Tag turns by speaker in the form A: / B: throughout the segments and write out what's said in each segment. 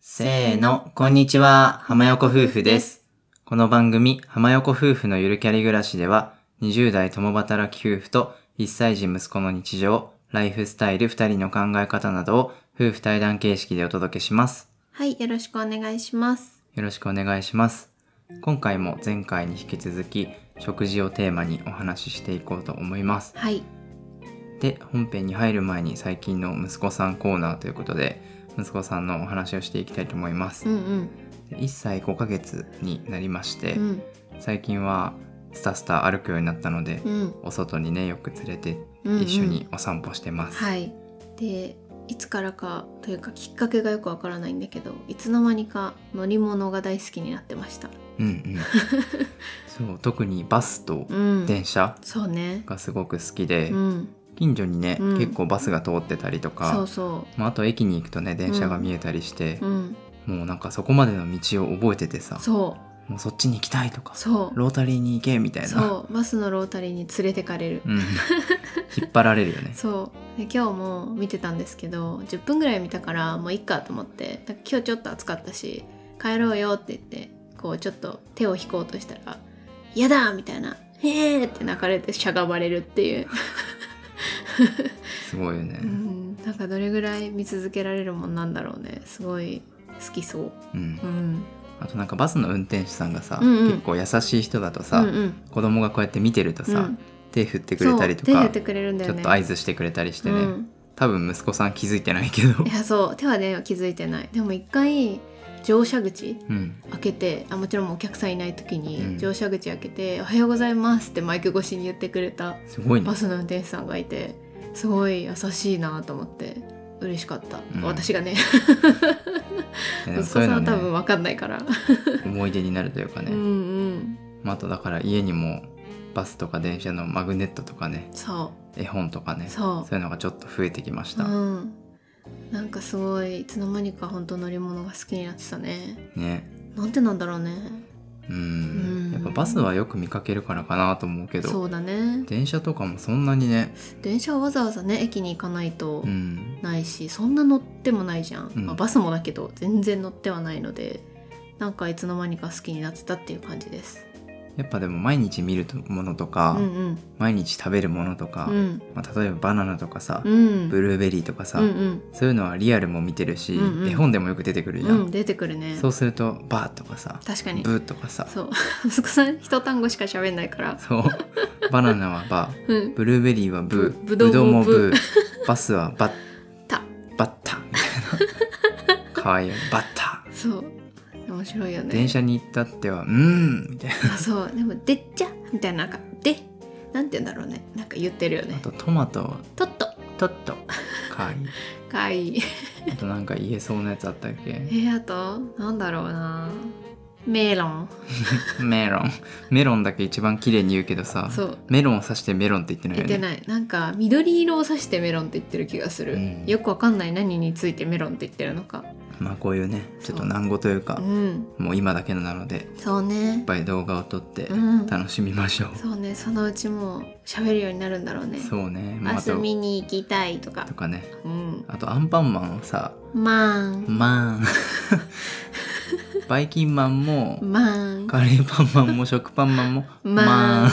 A: せーの、こんにちは、浜横夫婦です。この番組、浜横夫婦のゆるキャリ暮らしでは、20代共働き夫婦と1歳児息子の日常、ライフスタイル2人の考え方などを夫婦対談形式でお届けします。
B: はい、よろしくお願いします。
A: よろしくお願いします。今回も前回に引き続き、食事をテーマにお話ししていこうと思います。
B: はい、
A: で、本編に入る前に最近の息子さんコーナーということで、息子さんのお話をしていきたいと思います
B: う。ん
A: 1歳5ヶ月になりまして、
B: うん、うん、
A: 最近はスタスタ歩くようになったので、
B: うん、
A: お外にねよく連れて
B: うん、
A: 一緒にお散歩してます、
B: はい。で、いつからかというかきっかけがよくわからないんだけど、いつの間にか乗り物が大好きになってました。
A: うんう んそう特にバスと
B: うん、
A: 電車
B: そうね。
A: がすごく好きで、
B: うん、
A: 近所にね、
B: うん
A: 結構バスが通ってたりとか
B: そうそ
A: まあ、あと駅に行くとね電車が見えたりして
B: う、う、ん、
A: もうなんかそこまでの道を覚えててさ
B: そ
A: もうそっちに行きたいとか
B: う、そう、
A: ロータリーに行けみたいな
B: そう、バスのロータリーに連れてかれる。
A: うん、引っ張られるよね。
B: そうで今日も見てたんですけど10分ぐらい見たからもういっかと思ってだ今日ちょっと暑かったし帰ろうよって言ってこうちょっと手を引こうとしたら「やだ!」みたいな「へえ!」って泣かれてしゃがばれるっていう、
A: すごいよね。
B: うん、なんかどれぐらい見続けられるもんなんだろうねすごい好きそう、
A: うん
B: うん、
A: あとなんかバスの運転手さんがさ、
B: うんうん
A: 結構優しい人だとさ、
B: うんうん
A: 子供がこうやって見てるとさ、
B: うん
A: 手振ってくれたりと
B: そう手
A: か、
B: 振ってくれるんだ
A: ち
B: よ
A: ょっ
B: ね
A: と合図してくれたりしてね、
B: うん
A: 多分息子さん気づいてないけど
B: い、やそう手はね気づいてないでも一回乗車口
A: うん、
B: 開けてあもちろんお客さんいない時
A: うん
B: に乗車口開けて「おはようございます」ってマイク越しに言ってくれた
A: すごいね
B: バ。スの運転手さんがいてすごい優しいなと思って嬉しかった、
A: うん
B: 私がね
A: いやで
B: 息
A: も
B: 子
A: そうい
B: さ
A: うんの
B: は多分
A: ね、
B: 分かんないから、
A: 思い出になるというかね、
B: うんうん
A: まあ、あとだから家にもバスとか電車のマグネットとかね、
B: そ
A: 絵本とかね、
B: うそ
A: そういうのがちょっと増えてきまし
B: う
A: た。
B: うんなんかすごいいつの間にか本当乗り物が好きになってたね
A: ね、
B: なんてなんだろうね
A: うん、
B: うん
A: やっぱバスはよく見かけるからかなと思うけど、
B: そうだね
A: 電車とかもそんなにね、
B: 電車はわざわざね駅に行かないと、
A: うん、
B: ないしそんな乗ってもないじゃん、
A: うん
B: まあ、バスもだけど全然乗ってはないのでなんかいつの間にか好きになってたっていう感じです
A: やっぱでも毎日見るものとか、
B: うんうん
A: 毎日食べるものとか、
B: うん
A: まあ、例えばバナナとかさ、
B: うん
A: ブルーベリーとかさ、
B: うんうん
A: そういうのはリアルも見てるし、
B: うんうん
A: 絵本でもよく出てくるじゃ
B: うん
A: ん、
B: 出てくるね
A: そうするとバーとかさ
B: 確かに
A: ブーとかさ
B: そう 息子さん一単語しか喋んないから
A: そう バナナはバー
B: うん
A: ブルーベリーはブー
B: ぶぶどうも
A: ぶどーバスはバッ
B: た
A: バッタみたいなかわいいよねバッタ
B: そう面白いよね
A: 電車に行ったってはうーんみたいな
B: あそうでも「でっちゃ」みたいななんか「で」なんて言うんだろうねなんか言ってるよ
A: あ
B: ね
A: とトマトは
B: 「とっと
A: トットかわいい」
B: かわいい
A: あとなんか言えそうなやつあったっけ
B: えあとなんだろうなメロン
A: メロンメロンだけ一番綺麗に言うけどさ
B: そう
A: メロンを指してメロンって言ってない
B: 言
A: よ
B: っ
A: ね
B: てないなんか緑色を指してメロンって言ってる気がする、
A: うん
B: よくわかんない何についてメロンって言ってるのか
A: まあこういうねちょっと
B: そう
A: 難語というか
B: うん
A: もう今だけなのでいっ
B: そうね
A: ぱい動画を撮って
B: うん
A: 楽しみましょう、
B: そうねそのうちもう喋るようになるんだろうね
A: そうねまあ
B: 明
A: あ
B: 日
A: と
B: 見に行きたいとか
A: とかね
B: うん
A: あとアンパンマンをさ
B: まん
A: マ ンバイキンマンも
B: まん
A: カレーパンマンも食パンマンも
B: ま
A: マ
B: ん
A: ン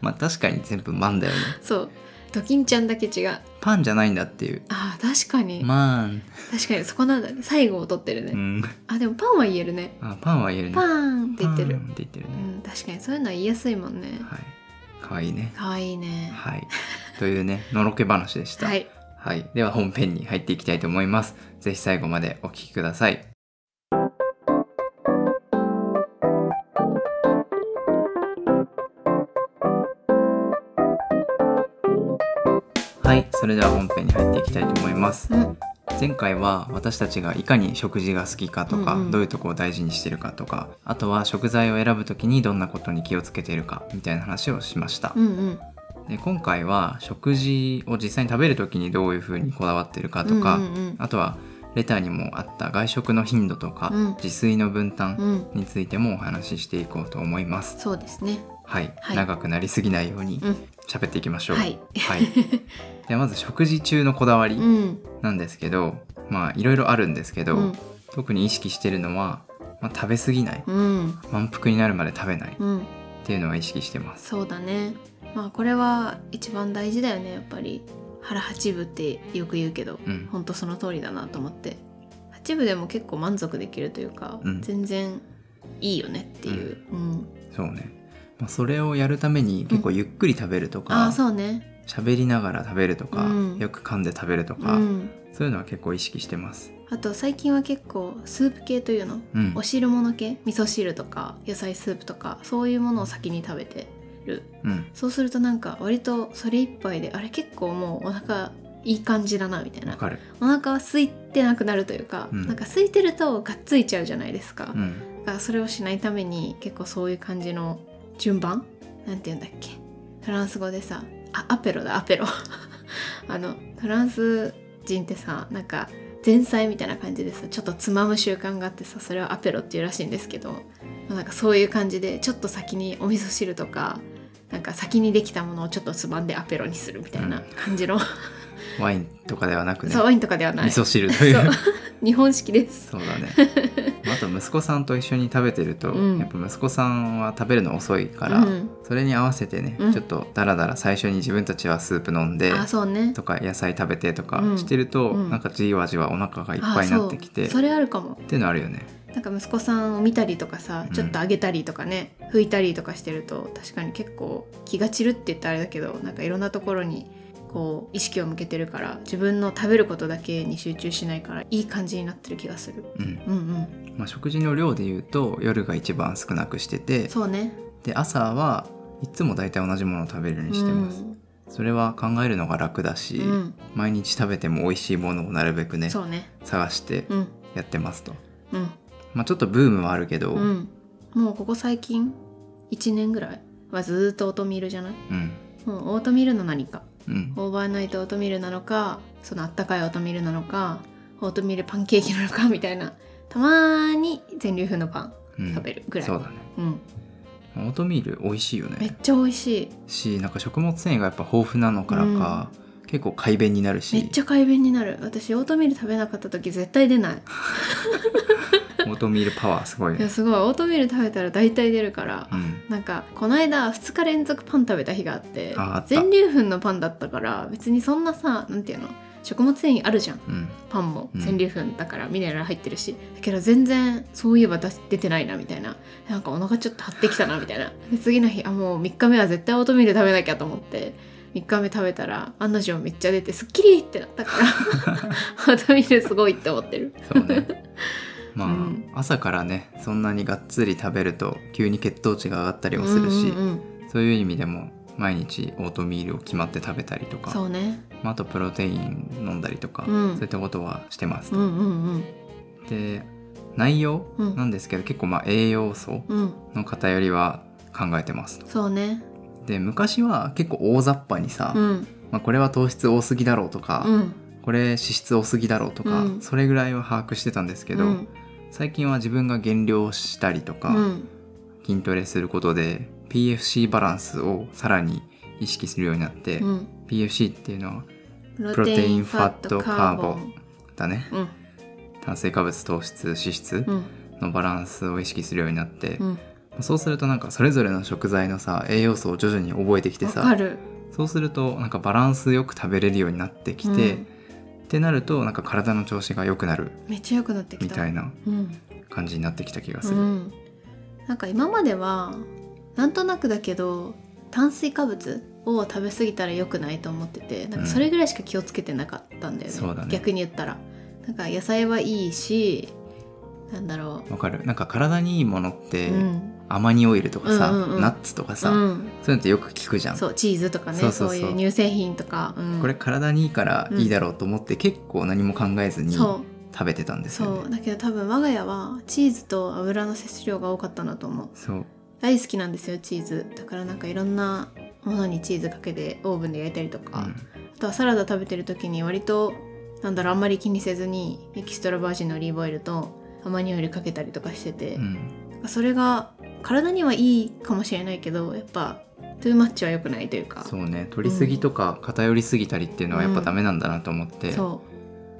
A: まあ確かに全部マンだよね
B: そうドキンちゃんだけ違う
A: パンじゃないんだっていう
B: あー確かに、
A: マン、
B: 確かにそこなんだね最後を取ってるね、
A: うん、
B: あでもパンは言えるね
A: あパンは言えるね
B: パンって言ってる
A: パンって言ってるね、
B: うん確かにそういうのは言いやすいもんね
A: はい。可愛いね。
B: かわいいね
A: はい。という ね、のろけ話でした。
B: は
A: はい。
B: い
A: では本編に入っていきたいと思います。ぜひ最後までお聞きください。はい。それでは本編に入っていきたいと思います。
B: うん
A: 前回は私たちがいかに食事が好きかとか、
B: うんうん
A: どういうとこを大事にしてるかとかあとは食材を選ぶ時にどんなことに気をつけているかみたいな話をしました、
B: うんうん
A: で今回は食事を実際に食べる時にどういうふうにこだわってるかとか、
B: うんうん
A: あとはレターにもあった外食の頻度とか、
B: うん
A: 自炊の分
B: う
A: 担
B: ん、うん
A: についてもお話ししていこうと思います、
B: そうですね。
A: はい、
B: はい
A: 長くなりすぎないように
B: うん、
A: 喋っていきましょう、
B: はい。
A: はい、ではまず食事中のこだわり
B: うん、
A: なんですけど、まあいろいろあるんですけど、
B: うん、
A: 特に意識してるのは、まあ、食べ過ぎない
B: うん
A: 満腹になるまで食べないっ
B: うん
A: ていうのは意識してます
B: そうだねまあこれは一番大事だよねやっぱり腹八分ってよく言うけど
A: うん
B: ほんとその通りだなと思って八分でも結構満足できるというか、
A: うん
B: 全然いいよねっていう、うん
A: そうね、まあ、それをやるために結構ゆっくり食べると
B: あ
A: か
B: あそうね
A: 喋、りながら食べるとか、
B: うん
A: よく噛んで食べると
B: う
A: か、
B: ん
A: そういうのは結構意識してます、
B: あと最近は結構スープ系というの
A: うん
B: お汁物系味噌汁とか野菜スープとかそういうものを先に食べてる
A: うん、
B: そうするとなんか割とそれ一杯であれ結構もうお腹いい感じだなみたい
A: わ
B: な
A: かる、
B: お腹は空いてなくなるというか、
A: うん
B: なんか空いてるとがっついちゃうじゃないですか、
A: うん、
B: だからそれをしないために結構そういう感じの順番なんて言うんだっけフランス語でさあアペロだアペロ あのフランス人ってさなんか前菜みたいな感じでさちょっとつまむ習慣があってさそれはアペロっていうらしいんですけど、まあなんかそういう感じでちょっと先にお味噌汁とかなんか先にできたものをちょっとつまんでアペロにするみたいな 感じの、
A: ワインとかではなくね
B: そうワインとかではない
A: 味噌汁という
B: そう日本式で す
A: そうだねあと息子さんと一緒に食べてると、
B: うん
A: やっぱ息子さんは食べるの遅いから、
B: うん、
A: それに合わせてね、
B: うん
A: ちょっとダラダラ最初に自分たちはスープ飲んで
B: あそうね
A: とか野菜食べてとか
B: うん
A: してると、
B: うん
A: なんかじわじわお腹がいっ
B: あ
A: ぱいになってきてっ
B: そうそれあるかも
A: ていうのあるよね
B: なんか息子さんを見たりとかさ
A: うん
B: ちょっとあげたりとかね、拭いたりとかしてると確かに結構気が散るって言ったらあれだけどなんかいろんなところにこう意識を向けてるから自分の食べることだけに集中しないからいい感じになってる気がする
A: うん、
B: うんうん
A: まあ、食事の量で言うと夜が一番少なくしてて
B: そうね
A: で朝はいつも大体同じものを食べるようにしてます、それは考えるのが楽だし、
B: うん、うん
A: 毎日食べても美味しいものをなるべくね
B: そうね
A: 探して
B: うん
A: やってますと、
B: うん
A: まあ、ちょっとブームはあるけど、
B: うんもうここ最近1年ぐらいはずーっとオートミールじゃない
A: うん
B: もうオートミールの何か
A: うん
B: オーバーナイトオートミールなのかそのあったかいオートミールなのかオートミールパンケーキなのかみたいなたまーに全粒粉のパン
A: うん
B: 食べるぐらい、う
A: そ
B: ん
A: うだねオートミール美味しいよ
B: めっ
A: ね
B: ちゃ美味し
A: しなんか食物繊維がやっぱ豊富なのからか、結構快便になる
B: い
A: し
B: めっちゃ快便になる私オートミール食べなかった時絶対出ない
A: オートミールパワーすごい
B: いや
A: ね
B: すごいオートミール食べたら大体出るから、
A: うん
B: なんかこの間2日連続パン食べた日があって
A: ああった
B: 全粒粉のパンだったから別にそんなさなんていうの食物繊維あるじゃん
A: うん
B: パンも
A: うん
B: 全粒粉だからミネラル入ってるし、だけど全然そういえば出し出てないなみたいななんかお腹ちょっと張ってきたなみたいなで次の日あもう3日目は絶対オートミール食べなきゃと思って3日目食べたら案の定めっちゃ出てすっきりってなったから オートミールすごいって思ってる
A: そうね まあ、
B: うん
A: 朝からねそんなにがっつり食べると急に血糖値が上がったりもするし、
B: うんうん
A: そういう意味でも毎日オートミールを決まって食べたりと
B: うんそ
A: か、
B: うね
A: まあ、あとプロテイン飲んだりとか、
B: うん
A: そういったことはしてます
B: う、んうんうん
A: で内容
B: うん
A: なんですけど、結構まあ栄養素
B: うん
A: の偏りは考えてますと
B: そうね
A: で昔は結構大雑把にさ、
B: うん
A: まあ、これは糖質多すぎだろうとか、
B: うん
A: これ脂質多すぎだろうとか、
B: うん
A: それぐらいは把握してたんですけど、
B: うん
A: 最近は自分が減量したりとか、
B: うん
A: 筋トレすることで PFC バランスをさらに意識するようになって、
B: うん
A: PFC っていうのは
B: プ
A: ロテインファットカーボンだね
B: うん
A: 炭水化物糖質脂質
B: うん
A: のバランスを意識するようになって
B: う、ん
A: そうするとなんかそれぞれの食材のさ栄養素を徐々に覚えてきて
B: わか
A: さ
B: る
A: そうするとなんかバランスよく食べれるようになってきて、
B: う
A: っ
B: ん
A: てなるとなんか体の調子が良くなる
B: めっちゃ良くなってき
A: み
B: た
A: たいな
B: うん
A: 感じになってきた気がす
B: う
A: る。
B: ん、なんか今まではなんとなくだけど炭水化物を食べ過ぎたら良くないと思っててなんかそれぐらいしか気をつけてなかったんだよね,、
A: そうだね
B: 逆に言ったらなんか野菜はいいしなんだろ
A: わかるなんか体にいいものっ
B: う、
A: て、
B: うん
A: アマニオイルとかさ、
B: うんうんうん
A: ナッツとかさ、
B: うん、
A: そういうのってよく聞くじゃん。
B: そうチーズとかね
A: そ
B: そうう
A: そうそう
B: いう乳製品とか、うん
A: これ体にいいからいいだろうと思って、結構何も考えずに
B: そう
A: 食べてたんですよ
B: そう
A: ね。
B: だけど多分我が家はチーズと油の摂取量が多かったんだと思う
A: そう
B: 大好きなんですよチーズだからなんかいろんなものにチーズかけてオーブンで焼いたりとか、
A: うん
B: あとはサラダ食べてる時に割となんだろうあんまり気にせずにエキストラバージンのオリーブオイルとアマニオイルかけたりとかしてて、
A: うん
B: それが体にはいいかもしれないけどやっぱトゥーマッチは良くないというか
A: そうね取りすぎとか偏りすぎたりっていうのはやっぱダメなんだなと思って、
B: そ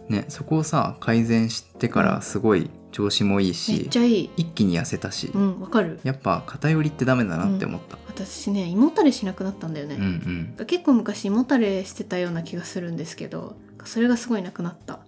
A: ね、そこをさ改善してからすごい調子もいい
B: めっ
A: し
B: ちゃいい
A: 一気に痩せたし、
B: うんわかる
A: やっぱ偏りってダメだなって思った、
B: 私ね胃もたれしなくなったんだよね、
A: うん、うん
B: 結構昔胃もたれしてたような気がするんですけどそれがすごいなくなった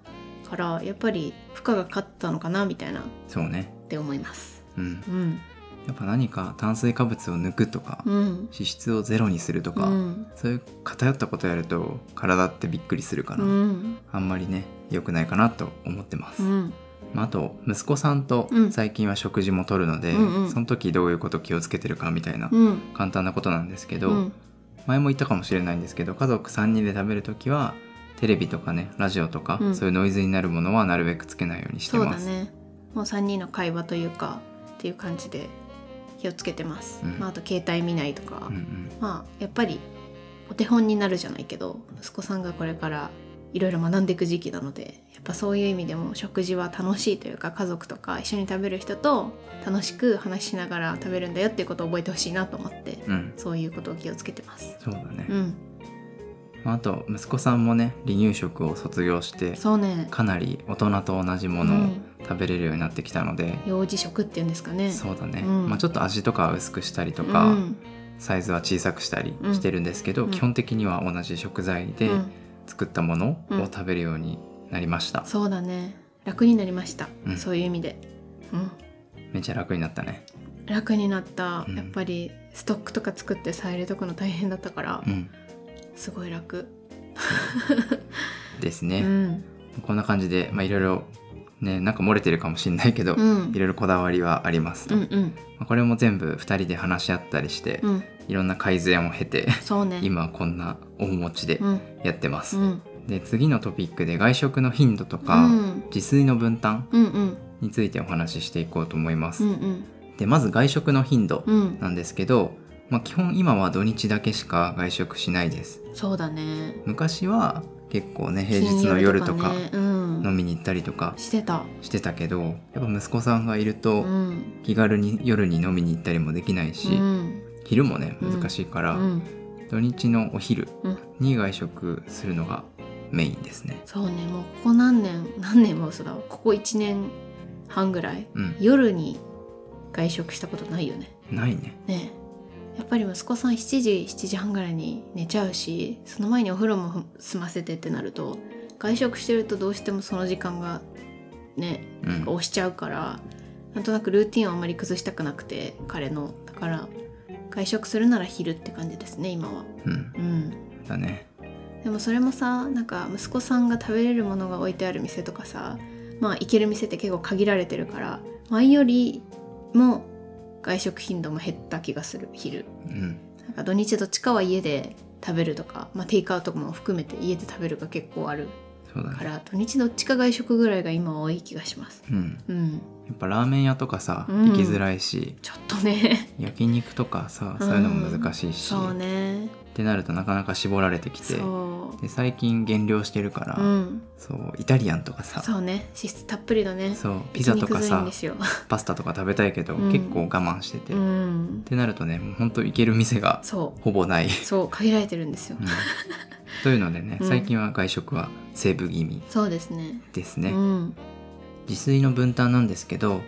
B: からやっぱり負荷がかかったのかなみたいなっ
A: そうね
B: て思います
A: うん
B: うん
A: やっぱ何か炭水化物を抜くとか、
B: うん
A: 脂質をゼロにすると
B: う
A: か、
B: ん
A: そういう偏ったことやると体ってびっくりするから、
B: うん
A: あんまりね良くないかなと思ってます、
B: うん
A: まあ、あと息子さんと
B: うん
A: 最近は食事もとるので、
B: うんうん
A: その時どういうこと気をつけてるかみたいな
B: うん
A: 簡単なことなんですけど、
B: うん
A: 前も言ったかもしれないんですけど家族3人で食べる時はテレビとかねラジオとか、
B: うん
A: そういうノイズになるものはなるべくつけないようにして
B: そう
A: ま
B: だ
A: す。
B: ねもう3人の会話というかっていう感じで気をつけてます、
A: うん
B: まあ、あと携帯見ないとか、
A: うんうん
B: まあやっぱりお手本になるじゃないけど息子さんがこれからいろいろ学んでいく時期なのでやっぱそういう意味でも食事は楽しいというか家族とか一緒に食べる人と楽しく話しながら食べるんだよっていうことを覚えてほしいなと思って
A: うん
B: そういうことを気をつけてます。
A: そうだね、
B: うん、
A: まああと息子さんもね離乳食を卒業して
B: そうね
A: かなり大人と同じも
B: う
A: のを
B: ん
A: 食べれるようになってきたので、
B: 幼児食っていうんですかね。
A: そうだね、
B: うん
A: まあ、ちょっと味とかは薄くしたりとか、
B: うん
A: サイズは小さくしたりしてるんですけど、
B: うん
A: 基本的には同じ食材で
B: うん
A: 作ったもの
B: うん
A: を食べるようになりました、
B: そうだね楽になりました、
A: うん
B: そういう意味で、うん、
A: めっちゃ楽になったね、
B: 楽になった、
A: うん
B: やっぱりストックとか作ってさ入れとくの大変だったから、
A: うん、
B: すごい楽、
A: です
B: う
A: ね、
B: ん
A: こんな感じでまあいろいろねなんか漏れてるかもしれないけど、
B: うん
A: いろいろこだわりはありますと、
B: うんうん
A: まあこれも全部2人で話し合ったりして、
B: うん
A: いろんな改善を経て
B: そうね
A: 今はこんな面持ちで
B: うん
A: やってます、
B: うん
A: で次のトピックで外食の頻度と
B: う
A: か、
B: ん
A: 自炊の分担
B: うんうん
A: についてお話ししていこうと思いま
B: う
A: す、
B: んうん
A: でまず外食の頻度
B: うん
A: なんですけど、まあ、基本今は土日だけしか外食しないです
B: そうだね
A: 昔は結構ね平日の夜とか
B: 金曜日ねうん
A: 飲みに行ったりとか
B: してた
A: してたけどやっぱ息子さんがいる
B: う
A: と
B: ん
A: 気軽に夜に飲みに行ったりもできないし、
B: うん
A: 昼もね
B: うん
A: 難しいか
B: う
A: ら、
B: ん
A: 土日のお昼
B: うん
A: に外食するのがメインですね。
B: そうねもうここ何年何年も嘘だわここ1年半ぐらい
A: うん、
B: 夜に外食したことないよね
A: ないね。
B: ねえやっぱり息子さん7時7時半ぐらいに寝ちゃうしその前にお風呂もふ済ませてってなると外食してるとどうしてもその時間がね
A: うん、
B: 押しちゃうからなんとなくルーティンをあんまり崩したくなくて彼のだから外食するなら昼って感じですね今は
A: うん、
B: うん
A: だね。
B: でもそれもさなんか息子さんが食べれるものが置いてある店とかさまあ行ける店って結構限られてるから前よりも外食頻度も減った気がする昼
A: うん、
B: なんか土日どっちかは家で食べるとか、まあ、テイクアウトも含めて家で食べるが結構ある
A: そうだ
B: か
A: ね。
B: ら土日どっちか外食ぐらいが今は多い気がします
A: うん、
B: うん
A: やっぱラーメン屋とかさ、
B: うん
A: 行きづらいし、
B: ちょっとね
A: 焼肉とかさ、
B: うん
A: そういうのも難しいし、
B: そうね
A: ってなるとなかなか絞られてきて、
B: そ
A: で最近減量してるから、
B: ううん
A: そうイタリアンとかさ、
B: そうね脂質たっぷりのね
A: そうピザとか
B: 一肉ずいん
A: さ
B: で、すよ
A: パスタとか食べたいけど、
B: うん
A: 結構我慢してて、
B: う
A: っ
B: ん
A: てなるとね、もう本当行ける店が
B: そ
A: ほぼ ない。
B: うそう限られてるんですよ
A: うんというのでね、
B: うん
A: 最近は外食はセーブ気味
B: そうですね
A: ですね、
B: うん
A: 自炊の分担なんですけど、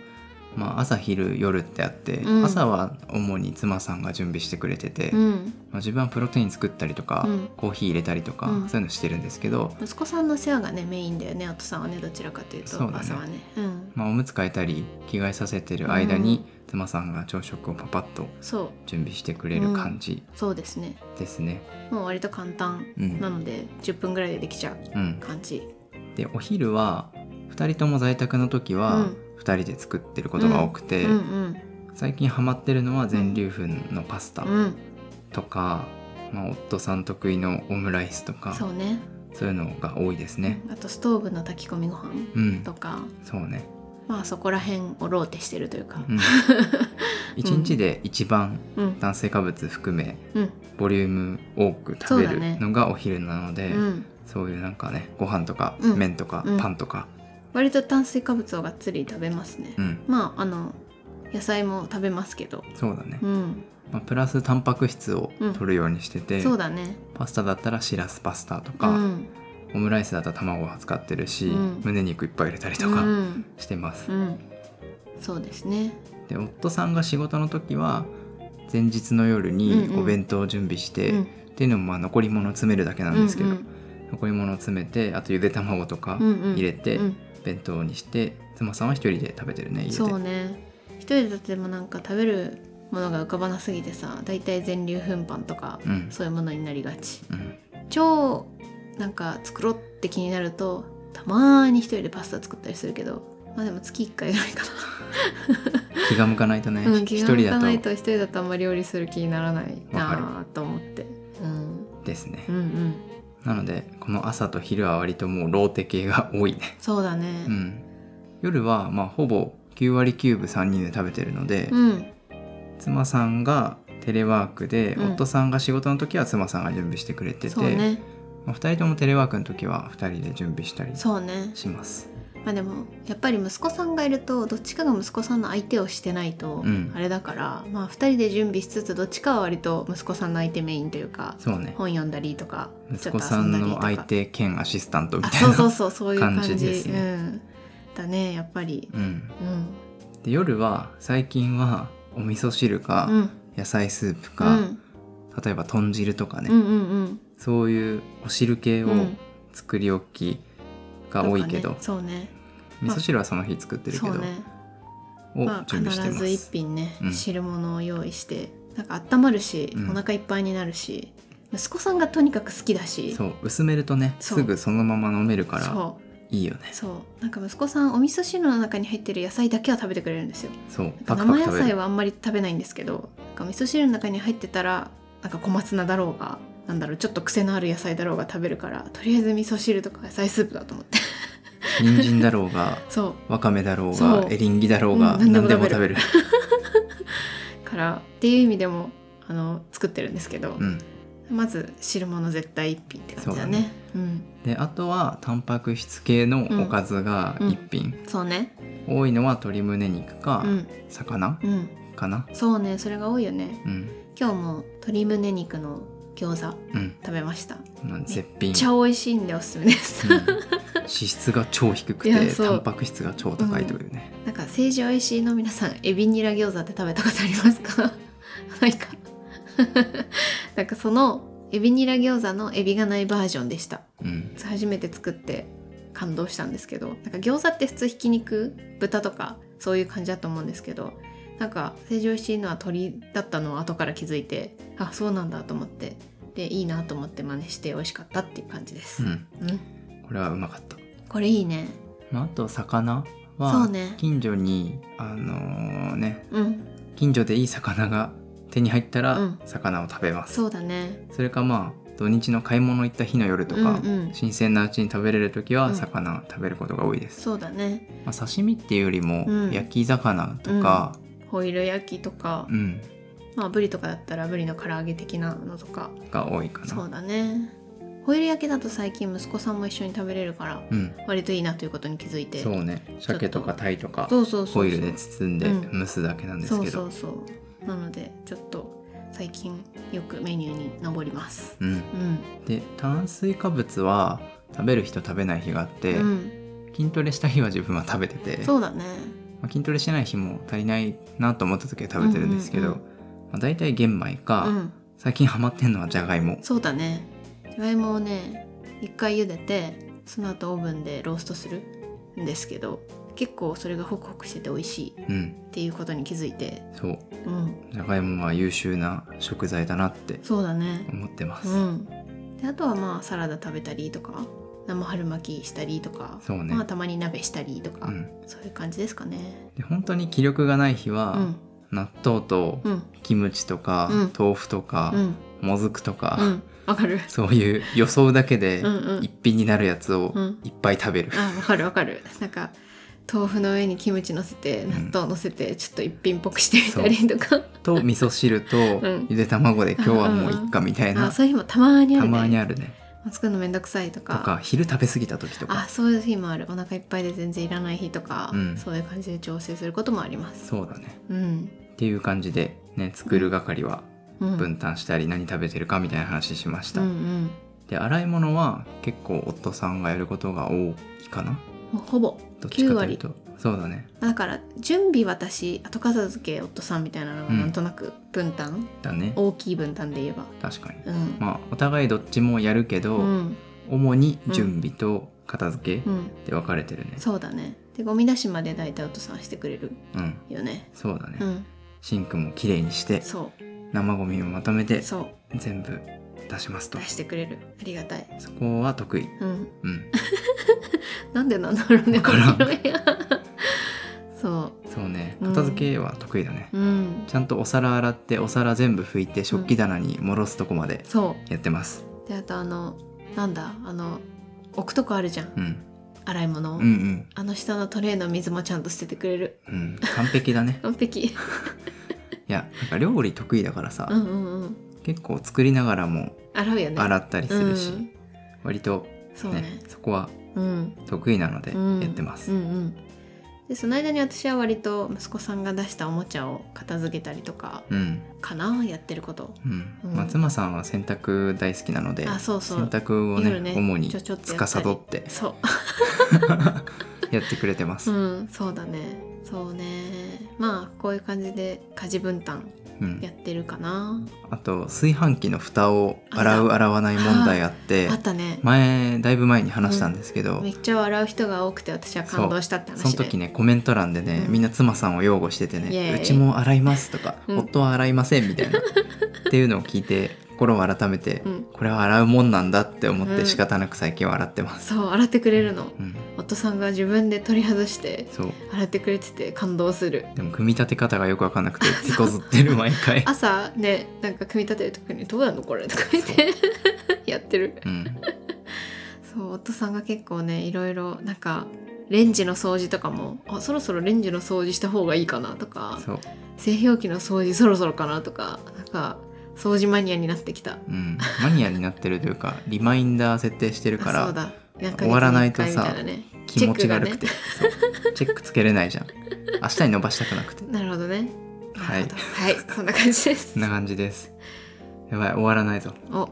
A: まあ、朝昼夜ってあって、
B: うん
A: 朝は主に妻さんが準備してくれてて、
B: う
A: ま
B: ん
A: あ、自分はプロテイン作ったりとか、
B: うん
A: コーヒー入れたりとか、
B: うん
A: そういうのしてるんですけど、
B: 息子さんの世話がねメインだよねお父さんはねどちらかというと
A: そうだね
B: 朝はねうん
A: まあ、おむつ替えたり着替えさせてる間に、妻さんが朝食をパパッと
B: そう
A: 準備してくれる感じ
B: そうですね
A: ですね。
B: もう割と簡単
A: うん
B: なので10分ぐらいでできちゃう
A: うん、
B: 感じ
A: でお昼は2人とも在宅の時
B: う
A: は
B: ん
A: 2人で作ってることが多くて。
B: うんうん
A: 最近ハマってるのは全粒粉のパスタ
B: うん
A: とか、まあ、夫さん得意のオムライスとか
B: そうね
A: そういうのが多いですね。
B: あとストーブの炊き込みご飯
A: うん
B: と、か
A: そうね、
B: まあそこら辺をローテしてるというか
A: うん、一日で一番
B: うん
A: 炭水化物含め
B: うん
A: ボリューム多く食べ
B: そうだね
A: るのがお昼なので
B: う
A: そう,、
B: ん
A: いうなんかねご飯とか
B: うん
A: 麺とか
B: うん
A: パンとか、
B: 割と炭水化物をがっつり食べますね
A: うん
B: まああの野菜も食べますけど
A: そうだね
B: う、ん
A: まあ、プラスタンパク質を取るようにしてて、
B: そうだね
A: パスタだったらしらすパスタと
B: う
A: か、
B: ん
A: オムライスだと卵を使ってるし、
B: うん
A: 胸肉いっぱい入れたりと
B: う
A: か
B: ん
A: してます
B: う、ん、そうですね
A: で夫さんが仕事の時は前日の夜
B: うんう
A: に
B: ん
A: お弁当を準備して、
B: う
A: っ
B: ん
A: ていうのもまあ残り物を詰めるだけなんですけど、
B: うん
A: 残り物を詰めてあとゆで卵とか
B: うんうん
A: 入れて
B: うん
A: 弁当にして、妻さんは一人で食べてるね家で
B: そうね一人だってもなんか食べるものが浮かばなすぎてさ大体全粒粉パンとか、
A: うん
B: そういうものになりがち
A: うん
B: 超なんか作ろうって気になるとたまーに一人でパスタ作ったりするけどまあでも月1回ぐらいか
A: 気が向かないとね
B: な、うん、
A: 一
B: 気
A: 人
B: が向
A: だ
B: かない
A: と
B: と一人だとあんまり料理する気にならないなーと思って、うん、
A: ですね
B: うんうん
A: なのでこの朝と昼は割ともうローテ系が多いね
B: そうだね
A: うん、夜はまあほぼ9割9分3人で食べてるので、
B: うん、
A: 妻さんがテレワークで、
B: うん
A: 夫さんが仕事の時は妻さんが準備してくれてて、
B: そうね
A: まあ、2人ともテレワークの時は2人で準備したり
B: そうね
A: します
B: まあでもやっぱり息子さんがいるとどっちかが息子さんの相手をしてないと
A: うん
B: あれだから、まあ2人で準備しつつどっちかは割と息子さんの相手メインというか
A: そうね
B: 本読んだりとか
A: 息子さん
B: ちょっと遊
A: の
B: だり
A: 相
B: とか
A: 手兼アシスタントみ
B: あ
A: たい
B: そう
A: な
B: そうそうそういう感じ
A: 感じですね
B: うん、だねやっぱり
A: うん、
B: うん
A: で夜は最近はお味噌汁か
B: うん
A: 野菜スープ
B: う
A: か、
B: ん
A: 例えば豚汁とかね、
B: うんうん
A: そういうお汁系
B: うん
A: を
B: うん
A: 作り置きが多いけど、
B: とかねそうね
A: 味噌汁はその日作ってるけ
B: そ
A: ど、
B: うね
A: を
B: まあ
A: 準備して
B: 必
A: ます、
B: ず一品ね、
A: うん
B: 汁物を用意してなんか温まるし、
A: うん
B: お腹いっぱいになるし息子さんがとにかく好きだし
A: そう薄めるとね
B: そう
A: すぐそのまま飲めるから
B: そう
A: いいよね
B: そうなんか息子さんお味噌汁の中に入ってる野菜だけは食べてくれるんですよ
A: そう
B: なんか
A: パクパク
B: 生野
A: 食べ
B: 菜
A: る
B: はあんまり食べないんですけどなんか味噌汁の中に入ってたらなんか小松菜だろうがなんだろうちょっと癖のある野菜だろうが食べるからとりあえず味噌汁とか野菜スープだと思って
A: 人参だろうが
B: そ
A: わかめだろう
B: そ
A: が
B: う
A: エリンギだろうが、
B: う
A: 何
B: ん何
A: で
B: で
A: も
B: も
A: 食
B: 食
A: べ
B: べ
A: る
B: うからっていう意味でもあの作ってるんですけど、
A: うん
B: まず汁物絶対一品って感じだねうん
A: であとはタンパク質系のおかずが
B: うん
A: 一品、
B: そうね
A: 多いのは鶏胸肉か
B: うん
A: 魚
B: うん
A: かな
B: そうねそれが多いよね
A: うん
B: 今日も鶏胸肉の餃子
A: うん、
B: 食べましため
A: なんで絶品
B: っちゃ美味しいんでおすすめです、
A: うん脂質が超低く
B: いや
A: て
B: そう
A: タンパク質が超高いというね、
B: なんか政治おいしいの皆さんエビニラ餃子って食べたことありますか ないか なんかそのエビニラ餃子のエビがないバージョンでした
A: うん
B: 初めて作って感動したんですけどなんか餃子って普通ひき肉豚とかそういう感じだと思うんですけどなんか成城石井のは鳥だったのを後から気づいてあそうなんだと思ってでいいなと思って真似して美味しかったっていう感じです、
A: うん
B: うん
A: これはうまかった
B: これいいね
A: まあ、あと魚
B: そう
A: は
B: ね
A: 近所に、あのーね
B: うん
A: 近所でいい魚が手に入った
B: う
A: ら
B: ん
A: 魚を食べます、
B: そうだね
A: それかまあ土日の買い物行った日の夜とか、
B: うんうん
A: 新鮮なうちに食べれる時
B: う
A: は
B: ん
A: 魚食べることが多いです、
B: そうだね
A: まあ、刺身っていうよりも
B: うん
A: 焼き魚とか、
B: ホイル焼きとか、
A: うん
B: まあブリとかだったらブリの唐揚げ的なのとか
A: が多いかな
B: そうだねホイル焼きだと最近息子さんも一緒に食べれるから
A: うん、
B: 割といいなということに気づいて
A: そうね鮭とかタイとか
B: そうそうそうそう
A: ホイルで包んで
B: うん
A: 蒸すだけなんですけど、
B: そうそうそうなのでちょっと最近よくメニューに上ります
A: うん、
B: うん
A: で炭水化物は食べる日と食べない日があって、
B: うん、
A: 筋トレした日は自分は食べてて
B: そうだね
A: まあ、筋トレしてない日も足りないなと思った時は食べてるんですけど、
B: うんうんうん
A: まあ、大体玄米か、
B: うん
A: 最近ハマってんのはじゃがいも
B: そうだねじゃがいもをね一回茹でてその後オーブンでローストするんですけど結構それがホクホクしてて美味しいっ
A: うん
B: ていうことに気づいて
A: そう
B: うん
A: じゃがいもは優秀な食材だなって
B: そうだね
A: 思ってます、
B: うん、であとはまあサラダ食べたりとか生春巻きしたりとか、
A: そうね
B: まあ、たまに鍋したりとか、
A: うん
B: そういう感じですかね。
A: で本当に気力がない日は、
B: うん
A: 納豆と
B: うん
A: キムチとか、
B: うん
A: 豆腐とか、
B: うん
A: もずくとか、
B: うんわかる。
A: そういう予想だけで
B: うんうん
A: 一品になるやつを
B: うん
A: いっぱい食べる、
B: あわかるわかる。なんか豆腐の上にキムチ乗せて納豆乗せてちょっと一品っぽくしてみたりとか、
A: と味噌汁と
B: うん
A: ゆで卵で今日はもういっかみたいな、
B: あそういう日もたまにある、
A: た
B: ね、
A: まにあるね
B: 作るのめんどくさいと
A: と
B: か
A: か昼食べ過ぎた時とか
B: あそういう日もあるお腹いっぱいで全然いらない日とか、
A: うん
B: そういう感じで調整することもあります。
A: そうだね
B: うん
A: っていう感じでね作る係は
B: うん、
A: 分担したり何食べてるかみたいな話しました、
B: うんうん
A: で洗い物は結構夫さんがやることが多いかな
B: もうほぼ
A: どっちかというとそうだね
B: だから準備私後片付け夫さんみたいなのが
A: うん
B: なんとなく分担、
A: だね
B: 大きい分担で言えば
A: 確かに
B: うん、
A: まあお互いどっちもやるけど、
B: うん
A: 主に準備と片付け
B: うん、
A: で分かれてるね
B: そうだねでゴミ出しまで大体夫さんしてくれる
A: うん、
B: よね
A: そうだね、
B: うん
A: シンクもきれいにして
B: そ
A: 生ゴミをまとめ
B: う
A: て
B: そう
A: 全部出しますと
B: 出してくれるありがたい
A: そこは得意
B: うん
A: うん
B: なんでなんだろうね
A: わからん
B: 面白いそ
A: そうね
B: うん
A: 片付けは得意だね、
B: ううん
A: ちゃんとお皿洗ってお皿全部拭いて食器棚に戻すとこまで
B: そ
A: やってます、
B: うであとあのなんだあの置くとこあるじゃん
A: うん、
B: 洗い物を、
A: うんうん
B: あの下のトレーの水もちゃんと捨ててくれる
A: うん完璧だ ね
B: 完璧
A: いやなんか料理得意だからさ、
B: うんうんうん
A: 結構作りながらも
B: 洗うよね
A: 洗ったりするし、
B: うん
A: 割と
B: そうね
A: ねそこは
B: うん
A: 得意なので
B: うん
A: やってます、
B: うんうんでその間に私は割と息子さんが出したおもちゃを片付けたりとか
A: うん
B: かなやってること
A: うん
B: うん
A: 松間さんは洗濯大好きなので
B: あそうそ
A: 洗
B: う
A: 濯をね
B: 夜ね
A: 主に
B: ちょちょっとやったり
A: 司って
B: そ
A: やってくれてま
B: う
A: す、
B: うんそうだねそうねまあこういう感じで家事分担
A: うん
B: やってるかな
A: あと炊飯器の蓋を洗う洗わない問題あって
B: あったね
A: 前だいぶ前に話したんですけど、
B: めっちゃ笑う人が多くて私は感動したって話
A: そ
B: で
A: の時ねコメント欄でね、
B: うん
A: みんな妻さんを擁護してて
B: イエ
A: ね
B: ーイ
A: うちも洗いますとか、
B: うん
A: 夫は洗いませんみた いなっていうのを聞いて心を改めて、
B: うん
A: これは洗うもんなんだって思っ
B: う
A: て
B: ん
A: 仕方なく最近は洗ってます、
B: そう洗ってくれるの
A: うん、
B: 夫さんが自分で取り外して
A: そう
B: 洗ってくれてて感動する
A: でも組み立て方がよく分かんなくて手こずってる毎回、
B: 朝ねなんか組み立てる時に「どうやんのこれ」とか言ってやってる
A: うん、
B: そう夫さんが結構ねいろいろなんかレンジの掃除とかもあそろそろレンジの掃除した方がいいかなとか
A: そう、
B: 製氷機の掃除そろそろかなとかなんか掃除マニアになってきた
A: うん、マニアになってるというかリマインダー設定してるか
B: あそう
A: ら
B: だ何ヶ月に一回
A: 終わらないとさ
B: みたいなね
A: 気持ちが悪くて
B: チ
A: そうチェックつけれないじゃん明日に伸ばしたくなくて
B: なるほどね
A: はい
B: なるほどはいそんな感じで
A: そ
B: す
A: んな感じですやばい終わらないぞ
B: お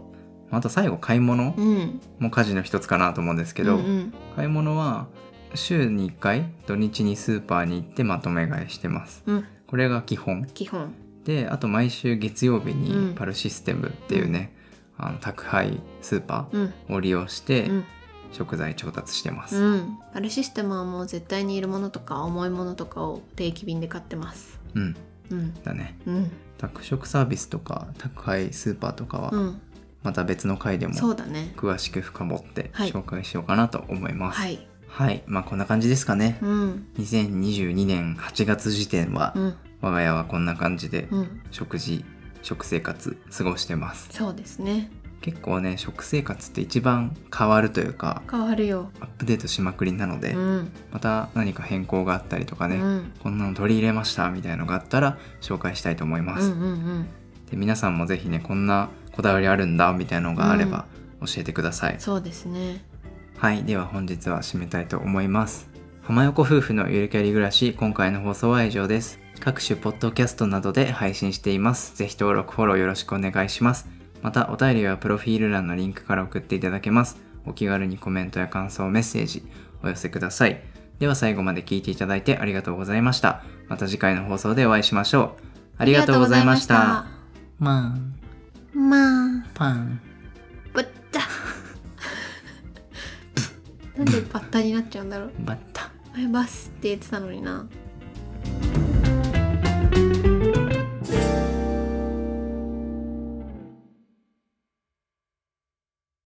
A: あと最後買い物
B: うん
A: も家事の一つかなと思うんですけど、
B: うんうん
A: 買い物は週に1回土日にスーパーに行ってまとめ買いしてます
B: うん
A: これが基本
B: 基本
A: であと毎週月曜日
B: う
A: に
B: ん
A: パルシステムっていうね、あの宅配スーパ
B: うん
A: ーを利用して
B: うん
A: 食材調達してます、
B: うんあれシステムはもう絶対にいるものとか重いものとかを定期便で買ってます
A: うん、
B: うん
A: だね
B: うん
A: 宅食サービスとか宅配スーパーとか
B: う
A: は
B: ん
A: また別の回でも
B: そうだね
A: 詳しく深掘って
B: はい
A: 紹介しようかなと思います
B: はい
A: はい、まあこんな感じですかね
B: うん
A: 2022年8月時点は
B: うん
A: 我が家はこんな感じで
B: うん
A: 食事食生活過ごしてます
B: そうですね
A: 結構ね食生活って一番変わるというか
B: 変わるよ、
A: アップデートしまくりなので、
B: うん
A: また何か変更があったりとかね、
B: うん
A: こんなの取り入れましたみたいのがあったら紹介したいと思いま
B: うんう
A: す、
B: ん
A: で皆さんもぜひねこんなこだわりあるんだみたいのがあれば教えてください、
B: そうですね
A: はいでは本日は締めたいと思います浜横夫婦のゆるキャリ暮らし今回の放送は以上です各種ポッドキャストなどで配信していますぜひ登録フォローよろしくお願いしますまたお便りはプロフィール欄のリンクから送っていただけますお気軽にコメントや感想メッセージお寄せくださいでは最後まで聞いていただいてありがとうございましたまた次回の放送でお会いしましょうありがとうございました
B: あ
A: まン
B: りがとうございましたまあ
A: パン
B: ぶったなんでバッタになっちゃうんだろう
A: バッタ
B: 前バスって言ってたのにな